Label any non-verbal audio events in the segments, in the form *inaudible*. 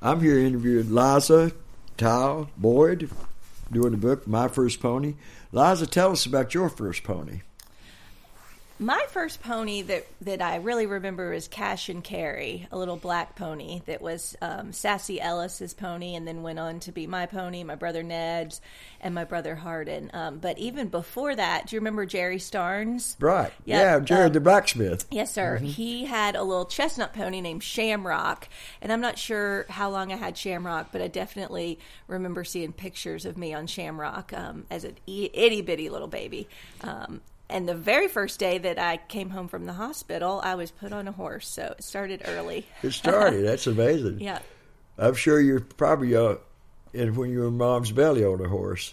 I'm here interviewing Liza, Tal, Boyd, doing the book My First Pony. Liza, tell us about your first pony. My first pony that, that I really remember is Cash and Carry, a little black pony that was um, Sassy Ellis's pony and then went on to be my pony, my brother Ned's, and my brother Hardin. Um, but even before that, do you remember Jerry Starnes? Right. Yep. Yeah, Jared Uh, the blacksmith. Yes, sir. He had a little chestnut pony named Shamrock, and I'm not sure how long I had Shamrock, but I definitely remember seeing pictures of me on Shamrock um, as an e- itty bitty little baby. Um, and the very first day that I came home from the hospital, I was put on a horse, so it started early. It *laughs* started. That's amazing. Yeah. I'm sure you're probably uh, in when you were in mom's belly on a horse.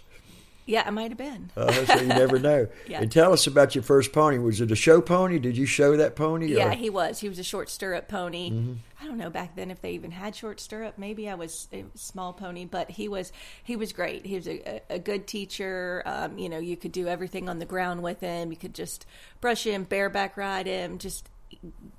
Yeah, I might have been. Uh, so you never know. *laughs* Yeah. And tell us about your first pony. Was it a show pony? Did you show that pony? or- Yeah, he was. He was a short stirrup pony. Mm-hmm. I don't know back then if they even had short stirrup. Maybe I was a small pony, but he was he was great. He was a, a good teacher. Um, you know, you could do everything on the ground with him. You could just brush him, bareback ride him, just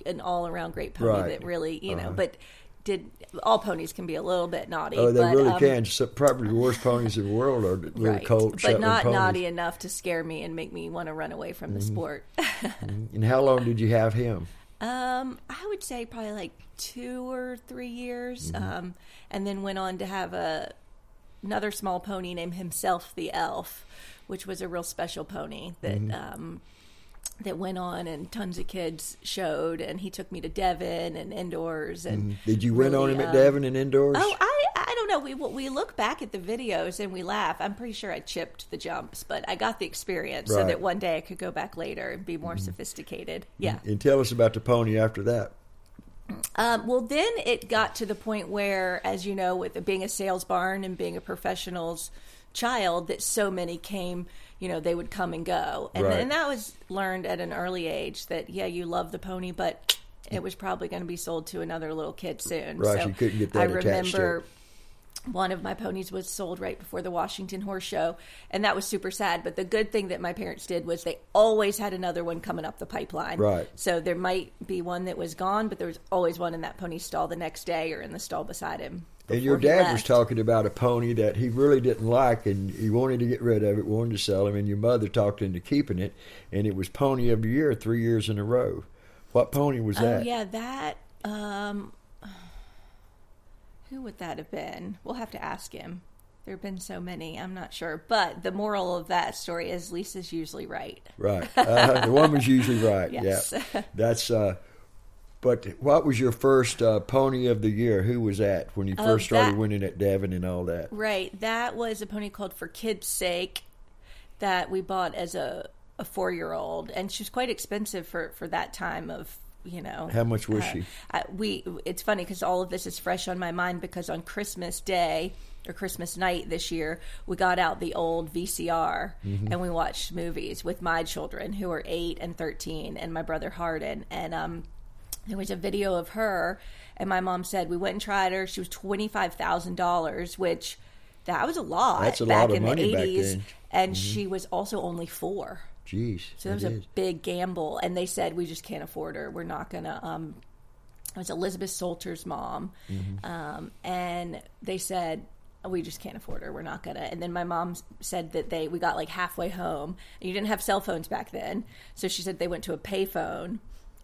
an all around great pony Right. Uh-huh. that really you know. But did all ponies can be a little bit naughty? Oh, they but, really um, can. So probably the worst ponies in the world are the little colt but Shetland not ponies. Mm-hmm. naughty enough to scare me and make me want to run away from the sport. And how long did you have him? Um, I would say probably like two or three years, um, and then went on to have a another small pony named himself the elf, which was a real special pony that um, that went on and tons of kids showed, and he took me to Devon and indoors and Did you win on really, him at um, Devon and indoors? Oh, I I don't know. We we look back at the videos and we laugh. I'm pretty sure I chipped the jumps, but I got the experience so Right. that one day I could go back later and be more sophisticated. Yeah. and tell us about the pony after that. Um, well, then it got to the point where, as you know, with being a sales barn and being a professional's child, that so many came, you know, they would come and go. And, Right. and that was learned at an early age that, yeah, you love the pony, but it was probably going to be sold to another little kid soon. Right, so you couldn't get that I attached to it. remember one of my ponies was sold right before the Washington Horse Show, and that was super sad. But the good thing that my parents did was they always had another one coming up the pipeline. Right. So there might be one that was gone, but there was always one in that pony stall the next day or in the stall beside him. And your before he dad was left. talking about a pony that he really didn't like, and he wanted to get rid of it, wanted to sell him, and your mother talked into keeping it, and it was pony of the year three years in a row. What pony was Oh that? yeah, that. Um, who would that have been? We'll have to ask him. There have been so many, I'm not sure. But the moral of that story is Lisa's usually right. Right. Uh, the woman's usually *laughs* right. Yes. Yeah. That's. Uh, but what was your first uh, pony of the year? Who was that when you first started Oh, that- winning at Devon and all that? Right. That was a pony called For Kids' Sake that we bought as a, a four year old. And she was quite expensive for, for that time of, you know. Uh, How much was she? I, we it's funny because all of this is fresh on my mind because on Christmas Day or Christmas night this year we got out the old VCR Mm-hmm. and we watched movies with my children who are eight and thirteen and my brother Hardin and um there was a video of her and my mom said we went and tried her she was twenty five thousand dollars which that was a lot That's a back lot of in money the back eighties then. Mm-hmm. and she was also only four. Jeez. So that was a big gamble, and they said we just can't afford her. We're not gonna. Um, it was Elizabeth Salter's mom, Mm-hmm. um, and they said we just can't afford her. We're not gonna. And then my mom s- said that they we got like halfway home. And you didn't have cell phones back then, so she said they went to a payphone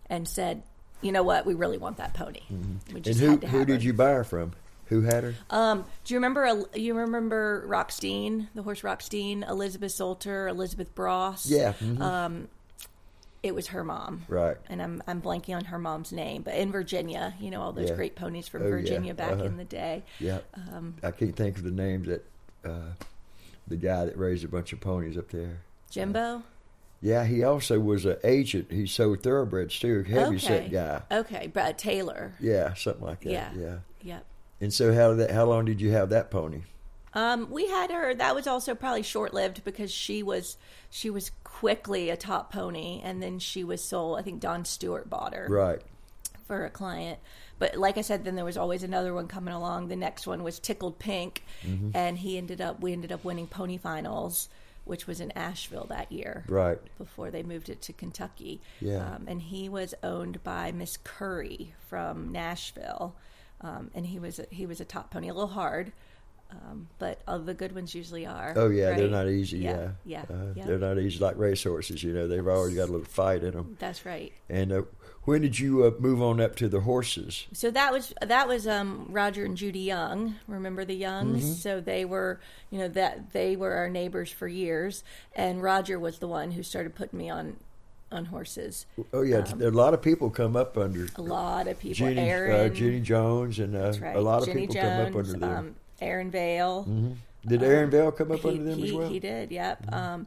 and said, "You know what? We really want that pony. We Mm-hmm. And just who had to have who her." did you buy her from? Who had her? Um, do you remember? El- You remember Rockstein, the horse Rockstein, Elizabeth Salter, Elizabeth Bross? yeah. mhm. it was her mom, Right. And I'm I'm blanking on her mom's name, but in Virginia, you know all those Yeah. great ponies from Oh, yeah. Virginia back Uh-huh. in the day. yeah. Um, I can't think of the names that uh, the guy that raised a bunch of ponies up there. Jimbo, Yeah, he also was an agent. He sold thoroughbreds too, heavy set okay, guy. okay, Brad Taylor, Yeah, something like that. Yeah. yeah, yep. And so how did that how long did you have that pony? Um, we had her. That was also probably short lived because she was she was quickly a top pony, and then she was sold. I think Don Stewart bought her Right. for a client. But like I said, then there was always another one coming along. The next one was Tickled Pink, Mm-hmm. and he ended up we ended up winning pony finals, which was in Asheville that year. Right. before they moved it to Kentucky. Yeah. Um, and he was owned by Miss Curry from Nashville. um, and he was a, he was a top pony, a little hard, um, but all the good ones usually are. Oh yeah, they're right? not easy. Yeah, Yeah, yeah, Uh, yeah. they're not easy like racehorses. You know, they've already got a little fight in them. That's right. And uh, when did you uh, move on up to the horses? So that was that was um, Roger and Judy Young. Remember the Youngs? Mm-hmm. So they were, you know, that they were our neighbors for years, and Roger was the one who started putting me on on horses. Oh yeah, Um, there a lot of people come up under A lot of people, Jeannie, uh, Aaron, Jeannie Jones, and uh, right, a lot of Jenny people Jones, come up under them. um, Aaron Vale. did Aaron Bell come up he, under them he, as well? Mm-hmm. he did, yep. Um,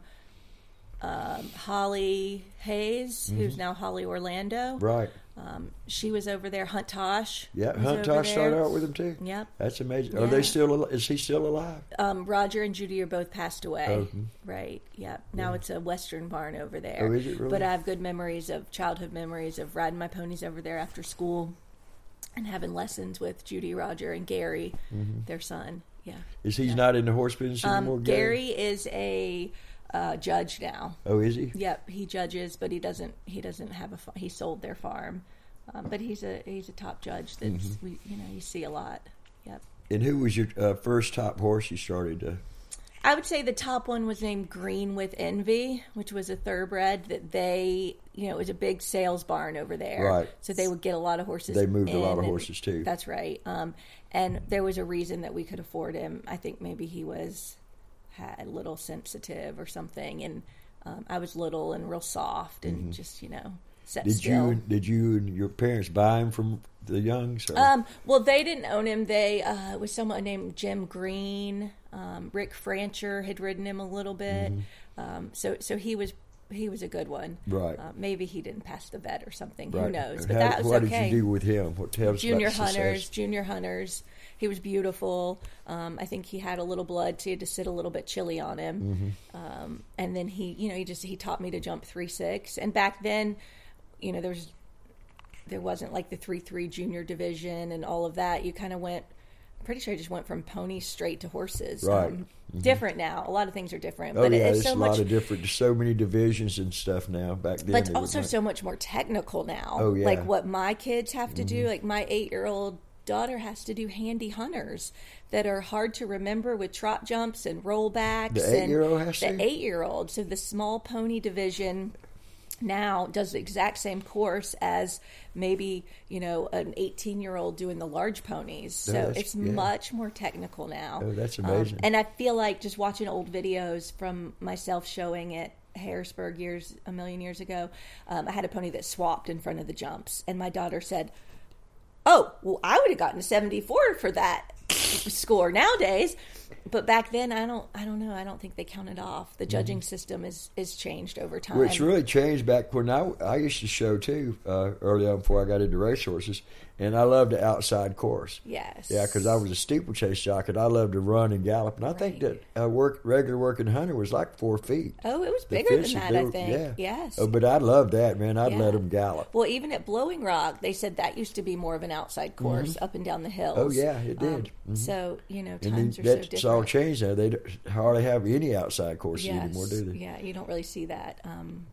um, Holly Hayes, Mm-hmm. who's now Holly Orlando, Right. um, she was over there. Hunt Tosh, Yeah, was over Hunt Tosh started there. out with them too. Yep. That's amazing. Are they Yeah. still? al- Is he still alive? Um, Roger and Judy are both passed away. Oh. Right. Yep. Now it's a Western barn over there. Oh, is it really? But I have good memories of childhood memories of riding my ponies over there after school and having lessons with Judy, Roger, and Gary, Mm-hmm. their son. Yeah. Is he's not in the horse business anymore? Um, Gary is a uh, judge now. Oh, is he? Yep, he judges, but he doesn't. He doesn't have a. fa- He sold their farm, um, but he's a he's a top judge. That's we you know you see a lot. Yep. And who was your uh, first top horse you started uh, to? I would say the top one was named Green with Envy, which was a thoroughbred that they, you know, it was a big sales barn over there. Right. So they would get a lot of horses. They moved a lot in, of and- horses, too. That's right. Um, and there was a reason that we could afford him. I think maybe he was had a little sensitive or something, and um, I was little and real soft and just you know set Mm-hmm. Did still. you did you and your parents buy him from the Youngs? or- Um, well, they didn't own him. They uh, it was someone named Jim Green. Um, Rick Francher had ridden him a little bit. Um, so so he was he was a good one. Mm-hmm. Right. Uh, maybe he didn't pass the vet or something. Who Right. knows? And But how- that was what okay. did you do with him? What tells junior about success? hunters, junior hunters. He was beautiful. Um, I think he had a little blood, so you had to sit a little bit chilly on him. Mm-hmm. Um, and then he, you know, he just he taught me to jump three six. And back then, you know, there was there wasn't like the three three junior division and all of that. You kind of went. I'm pretty sure I just went from ponies straight to horses. Um, Right. Mm-hmm. Different now. A lot of things are different, Oh but yeah, it's there's a so lot much. of different, so many divisions and stuff now. Back then, but it was also like- so much more technical now. Oh, yeah. Mm-hmm. Like what my kids have to do, like my eight year old daughter has to do handy hunters that are hard to remember with trot jumps and rollbacks. The and eight-year-old has the to? eight year old. So the small pony division now does the exact same course as maybe you know an 18 year old doing the large ponies Oh, so that's- it's yeah. much more technical now Oh, that's Um, amazing. and i feel like just watching old videos from myself showing at harrisburg years a million years ago um, i had a pony that swapped in front of the jumps and my daughter said oh well i would have gotten a 74 for that *laughs* score nowadays but back then i don't i don't know i don't think they counted off the judging system is is changed over time Mm-hmm. Well, it's really changed back when I, I used to show too uh, early on before I got into racehorses, and I loved the outside course. yes Yeah, because I was a steeplechase jock, and I loved to run and gallop. And I think that uh, work regular working hunter was like four feet. Oh, it was The bigger than fishes, that, they I were- think. Yeah. Yes. Oh, but I loved that man. I'd let 'em let Yeah. them gallop. Well, even at Blowing Rock, they said that used to be more of an outside course up and down the hills. Mm-hmm. Oh, yeah, it Um, did. Mhm. So, you know, And then times are so that's different. all changed now. They don't- hardly have any outside courses yes. anymore, do they? Yeah, you don't really see that. Um,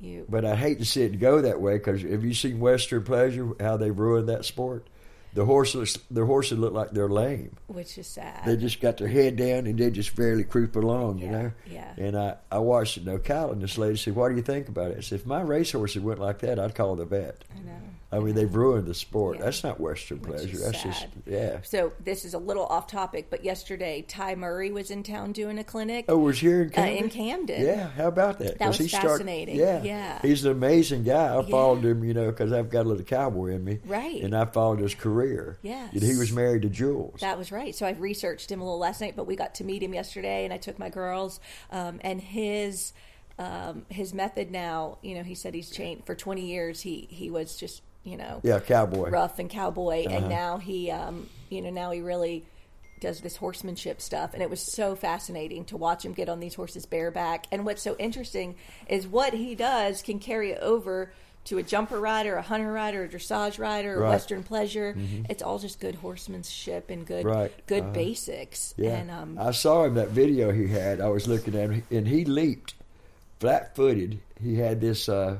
you But I hate to see it go that way because have you seen Western Pleasure? How they ruined that sport? The horses, the horses look like they're lame. Which is sad. They just got their head down and they just barely creep along, you Yeah, know. yeah. And I, I watched it in Ocala, and this lady said, "What do you think about it?" I said, "If my racehorses went like that, I'd call the vet." I know. I mean, they've ruined the sport. Yeah. That's not Western Which pleasure. is That's just sad. yeah. So, this is a little off topic, but yesterday Ty Murray was in town doing a clinic Oh, was here in uh, Camden. in Camden. Yeah, how about that? That 'Cause was he start- fascinating. yeah, Yeah. he's an amazing guy. I Yeah. followed him, you know, because I've got a little cowboy in me, Right. And I followed his career. Yes. and he was married to Jules. That was right. So I researched him a little last night, but we got to meet him yesterday, and I took my girls. Um, and his um, his method now, you know, he said he's changed for twenty years. He he was just you know yeah, cowboy. rough and cowboy, Uh-huh. and now he um, you know now he really does this horsemanship stuff and it was so fascinating to watch him get on these horses bareback and what's so interesting is what he does can carry over to a jumper rider a hunter rider a dressage rider a Right. Mm-hmm. western pleasure it's all just good horsemanship and good Right. Uh-huh. good basics Yeah, Uh, and um I saw him that video he had. I was looking at him, and he leaped flat-footed. He had this uh,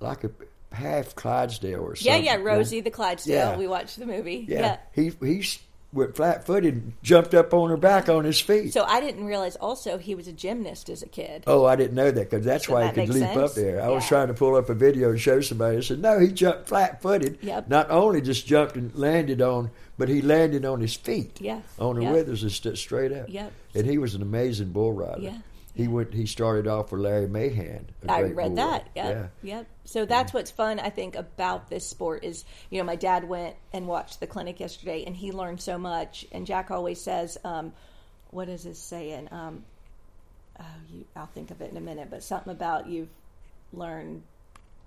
like a half Clydesdale or Yeah, something. yeah, Rosie the Clydesdale. Yeah. We watched the movie. Yeah. Yeah. He he s- went flat footed, and jumped up on her back on his feet. So I didn't realize also he was a gymnast as a kid. oh, I didn't know that because that's Doesn't why that he could make leap up sense? there. I was Yeah. trying to pull up a video and show somebody. I said, no, he jumped flat footed. Yep. Not only just jumped and landed on, but he landed on his feet. Yes. On the Yep. withers and stood straight up. Yep. And he was an amazing bull rider. Yeah. He went. He started off with Larry Mahan. a I great read bull. that. Yeah. Yep. Yep. So that's what's fun, I think, about this sport is, you know, my dad went and watched the clinic yesterday and he learned so much. And Jack always says, um, what is his saying? Um, oh, you, I'll think of it in a minute, but something about you've learned,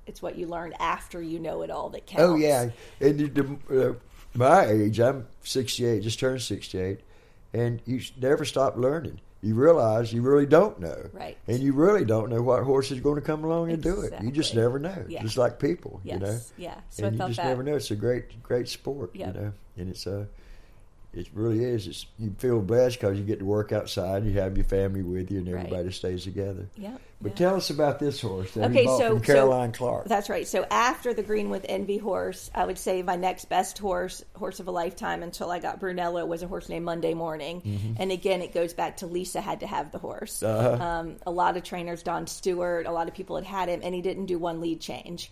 it's what you learned after you know it all that counts. Oh yeah, and the, the, uh, my age, I'm 68, just turned 68, and you s- never stop learning. You realize you really don't know, Right. And you really don't know what horse is going to come along and do it. You just Exactly. never know, Yeah. just like people, Yes. you know. Yeah. So and I you thought just that. never know. It's a great, great sport, Yep. you know. And it's a, it really is. It's you feel blessed because you get to work outside. You have your family with you, and Right. everybody stays together. Yep. But yeah. tell us about this horse that we Okay, bought so- from so- Caroline Clark. That's right. So after the Greenwood Envy horse, I would say my next best horse, horse of a lifetime until I got Brunello, was a horse named Monday Morning. And again, it goes back to Lisa had to have the horse. Um, a lot of trainers, Don Stewart, a lot of people had had him, and he didn't do one lead change.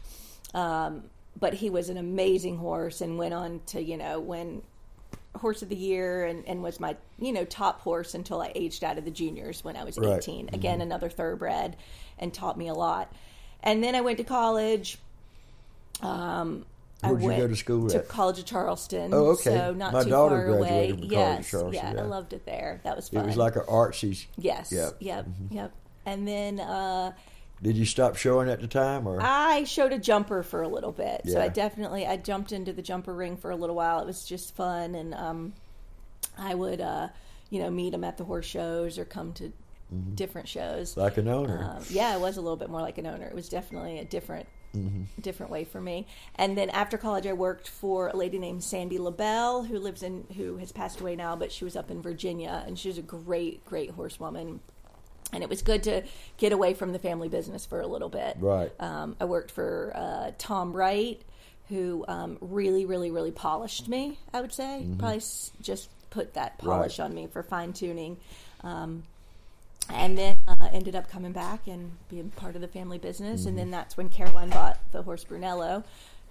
Um, but he was an amazing horse and went on to, you know, win horse of the year and, and was my you know top horse until I aged out of the juniors when I was Right. Mm-hmm. 18 again another thoroughbred and taught me a lot and then I went to college Um, Where'd I you went go to school to at? College of Charleston Oh, okay. so not My too daughter far graduated away from College of yes Charleston, yeah, yeah. I loved it there that was fun It was like an artsy. yes Yeah. Mm-hmm. yep yep, and then uh Did you stop showing at the time, or I showed a jumper for a little bit, so Yeah. I definitely I jumped into the jumper ring for a little while. It was just fun, and um, I would uh, you know meet them at the horse shows or come to different shows. like an owner? Um, yeah, it was a little bit more like an owner. It was definitely a different Mm-hmm. different way for me. And then after college, I worked for a lady named Sandy LaBelle, who lives in who has passed away now, but she was up in Virginia, and she was a great great horsewoman. And it was good to get away from the family business for a little bit. Right. Um, I worked for uh, Tom Wright, who um, really, really, really polished me. I would say probably s- just put that polish Mm-hmm. Right. on me for fine tuning and then uh, ended up coming back and being part of the family business. And Mm-hmm. then that's when Caroline bought the horse Brunello,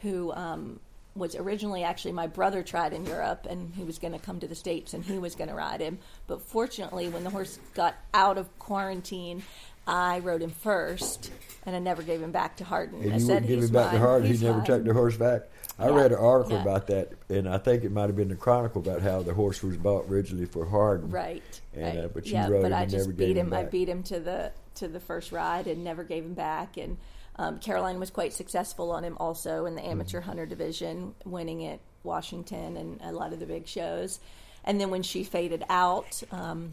who um, was originally actually my brother tried in Europe, and he was going to come to the states and he was going to ride him. But fortunately, when the horse got out of quarantine, I rode him first, and I never gave him back to Harden. I and you said, wouldn't give "He's him back mine, the heart. He he's never mine." took the horse back. I Yeah, read an article yeah. about that, and I think it might have been the Chronicle about how the horse was bought originally for Hardin. Right. And, uh, right. but you yeah, rode but him I and just never beat gave him I back. beat him to the to the first ride and never gave him back. And um, Caroline was quite successful on him also Mm-hmm. in the amateur hunter division, winning at Washington and a lot of the big shows. And then when she faded out, um,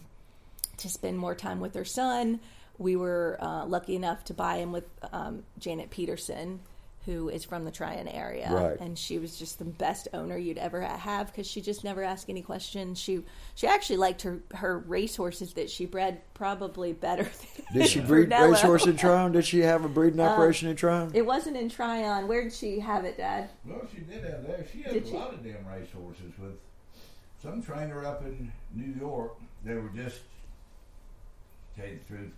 to spend more time with her son. We were uh, lucky enough to buy him with um, Janet Peterson, who is from the Tryon area, Right. and she was just the best owner you'd ever have because she just never asked any questions. She she actually liked her her racehorses that she bred probably better. *laughs* Than Did she breed Brunello. racehorse in Tryon? Did she have a breeding operation in Tryon? Uh, It wasn't in Tryon. Where did she have it, Dad? Well, she did have there. She had Did a she? lot of damn racehorses with some trainer up in New York. They were just, tell you the truth,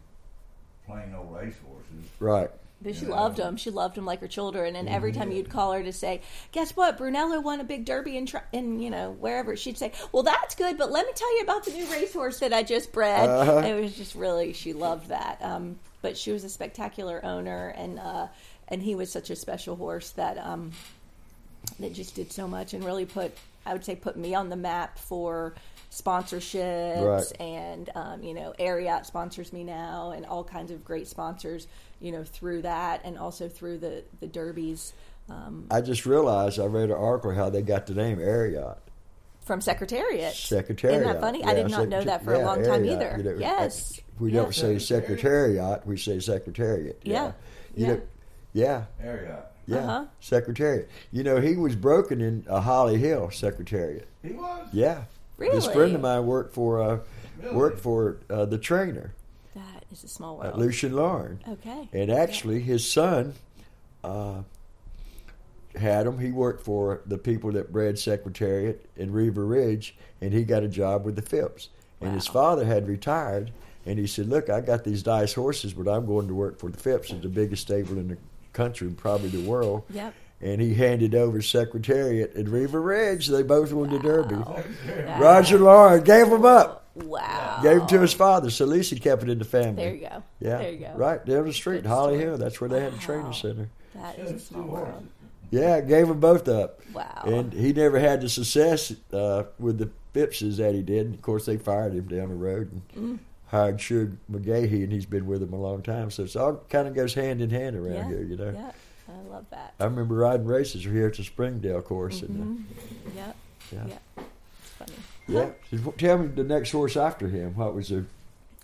plain old racehorses. Right. But she Yeah. loved him. She loved him like her children. And every time you'd call her to say, "Guess what? Brunello won a big Derby in, Tri- in you know wherever," she'd say, "Well, that's good, but let me tell you about the new racehorse that I just bred." Uh-huh. And It was just really she loved that. Um, but she was a spectacular owner, and uh, and he was such a special horse that um, that just did so much and really put I would say put me on the map for sponsorships Right. and um, you know Ariat sponsors me now and all kinds of great sponsors you know through that and also through the the derbies I just realized I read an article how they got the name Ariat. from Secretariat. Secretariat. Isn't that funny? I Yeah, did not know secretari- that for yeah, a long time Ariat. either. You know, yes. We Yeah. don't say secretariat, we say secretariat. Yeah. You know, yeah. Area. Yeah, Uh-huh. Secretariat. You know, he was broken in uh, Holly Hill Secretariat. He was. Yeah, This Really? friend of mine worked for uh, Really? *laughs* worked for uh, the trainer That is a small uh, world. Lucian Lauren, Okay. and actually his son uh, had him. He worked for the people that bred Secretariat in Riva Ridge, and he got a job with the Phipps. And his Wow. father had retired, and he said, "Look, I got these nice horses, but I'm going to work for the Phipps. It's the biggest stable in the country and probably the world." Yep. And he handed over Secretariat and Riva Ridge. They both won the Derby. Wow. Roger Lawrence gave them up, Wow. gave them to his father. So at least he kept it in the family. Oh. There you go. Yeah, There you go. Right down the street, Good Holly story. Hill. That's where they had the Wow. training center. That is Yeah, a it's two small world. horses. Yeah, gave them both up. Wow. And he never had the success uh, with the Phippses that he did. And of course, they fired him down the road Mm. and hired Shug McGahee, and he's been with him a long time. So it's all kind of goes hand in hand around yeah. here, you know. Yeah. I love that. I remember riding races here at the Springdale course, and uh, Yep. Yeah. Yep. It's funny. yeah. So Tell me the next horse after him. What was the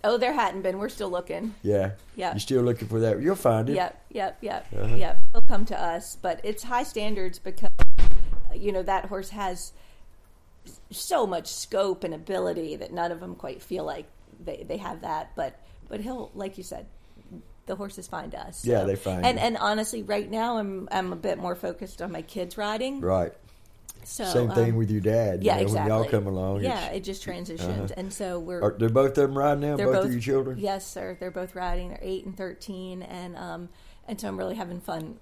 Oh, there hadn't been. We're still looking. yeah? Yeah. You still looking for that? You'll find it. Yep, yep, yep, Uh-huh. yep. He'll come to us, but it's high standards because uh, you know that horse has so much scope and ability that none of them quite feel like they, they have that. But but he'll, like you said, the horses find us. Yeah, they find And you. and honestly, right now I'm I'm a bit more focused on my kids riding. Right. So Same thing um, with your dad. yeah, you know, exactly. When y'all come along, yeah, it's- it just Uh-huh. transitions, and so we're are, they're both of them riding now. they're Both, of your children. Yes, sir. They're both riding. They're eight and thirteen, and um, and so I'm really having fun,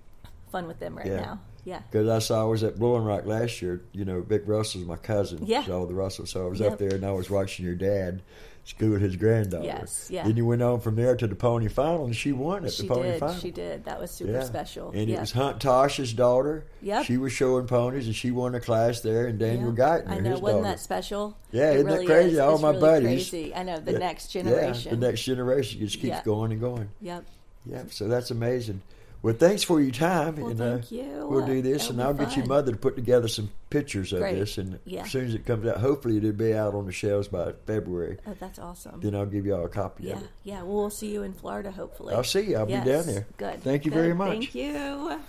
fun with them right Yeah. now. Yeah. Because I saw I was at Blowing Rock last year. You know, Vic Russell's my cousin. Yeah. All the Russell. So I was Yep. up there and I was watching your dad school his granddaughter. Yes, yeah. Then you went on from there to the pony final and she won at She the pony did. final. She did. That was super Yeah. special. And yeah. it was Hunt Tosh's daughter. Yep. She was showing ponies and she won a class there and Daniel yeah. Geithner, I know. his Wasn't daughter. that special? Yeah, It isn't that really crazy? is. All It's my really buddies- Crazy. I know the Yeah. next Yeah, generation. the next generation just keeps Yeah. going and going. Yep. Yep. So that's amazing. Well, thanks for your time. Well, and, uh, thank you. We'll do this, That'll and be I'll get your fun. mother to put together some pictures of Great. this. And Yeah. as soon as it comes out, hopefully it'll be out on the shelves by February. Oh, that's awesome. Then I'll give y'all a copy yeah. of it. Yeah. Well, we'll see you in Florida, hopefully. I'll see you. I'll Yes. be down there. Good. Thank you Good. very much. Thank you.